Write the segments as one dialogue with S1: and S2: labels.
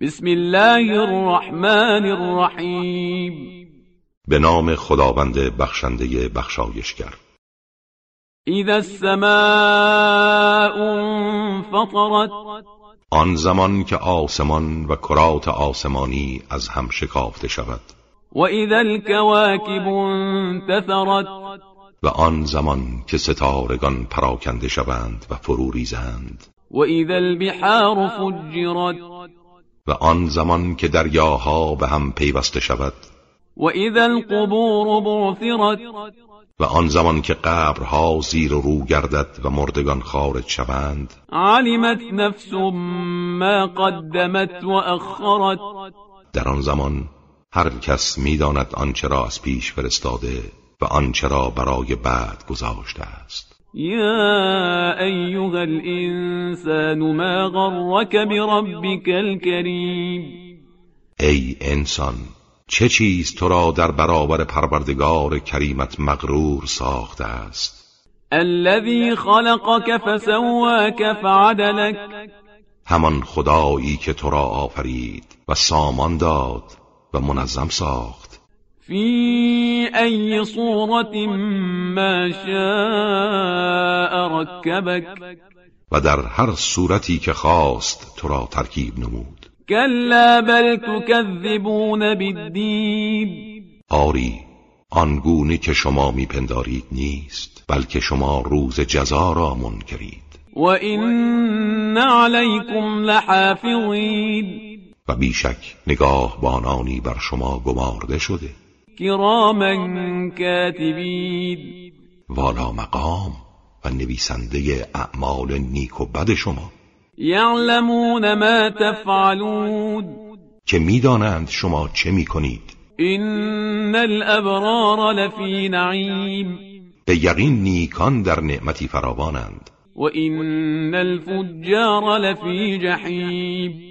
S1: بسم الله الرحمن الرحیم
S2: به نام خداوند بخشنده بخشایشگر
S1: اذا السماء انفطرت
S2: آن زمان که آسمان و کرات آسمانی از هم شکافته شود
S1: واذا الكواكب انتثرت
S2: و آن زمان که ستارگان پراکنده شوند و فرو ریزند
S1: واذا البحار فجرت
S2: و آن زمان که دریاها به هم پیوسته شود
S1: واذا القبور بعثرت
S2: و آن زمان که قبرها زیر و رو گردد و مردگان خارج شوند
S1: علمت نفس ما قدمت واخرت
S2: در آن زمان هر کس میداند آنچه را از پیش فرستاده و آنچه را برای بعد گذاشته است
S1: يا أيها الإنسان ما غرك بربك الكريم
S2: ای انسان چه چیز تو را در برابر پروردگار کریمت مغرور ساخته است
S1: الذي خلقك فسواك فعدلك
S2: همان خدایی که تو را آفرید و سامان داد و منظم ساخت
S1: في أي صورة ما شاء ركبك
S2: و در هر صورتی که خواست تو را ترکیب نمود
S1: كلا بل تكذبون بالدين
S2: آری آنگونه که شما میپندارید نیست بلکه شما روز جزا را منکرید
S1: وإن عليكم لحافظين
S2: و بیشک نگاهبانانی بر شما گمارده شده
S1: كراما كاتبين
S2: والا مقام و نویسنده اعمال نیک و بد شما
S1: يعلمون ما تفعلون
S2: که میدانند شما چه میکنید
S1: إن الأبرار لفي نعيم
S2: به یقین نیکان در نعمتی فراوانند
S1: وإن الفجار لفي جحيم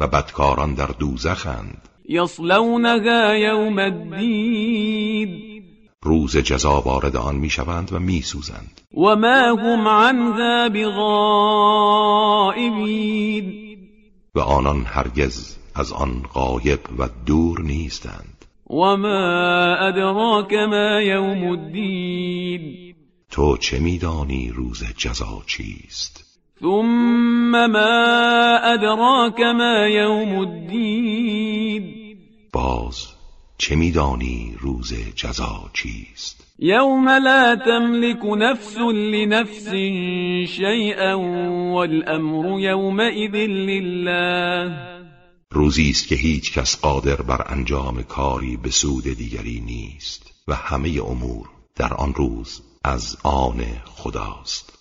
S2: و بدکاران در دوزخند
S1: يصلونها يوم الدين
S2: روز جزا وارد آن میشوند و میسوزند
S1: وما هم عنها بغائبين
S2: و آنان هرگز از آن غایب و دور نیستند
S1: وما أدراك ما يوم الدين
S2: تو چه میدانی روز جزا چیست
S1: ثم ما أدراك ما يوم الدين
S2: باز چه میدانی روز جزا چیست
S1: يوم لا تملك نفس لنفس شيئا والأمر يومئذ لله
S2: روزی است که هیچ کس قادر بر انجام کاری به سود دیگری نیست و همه امور در آن روز از آن خداست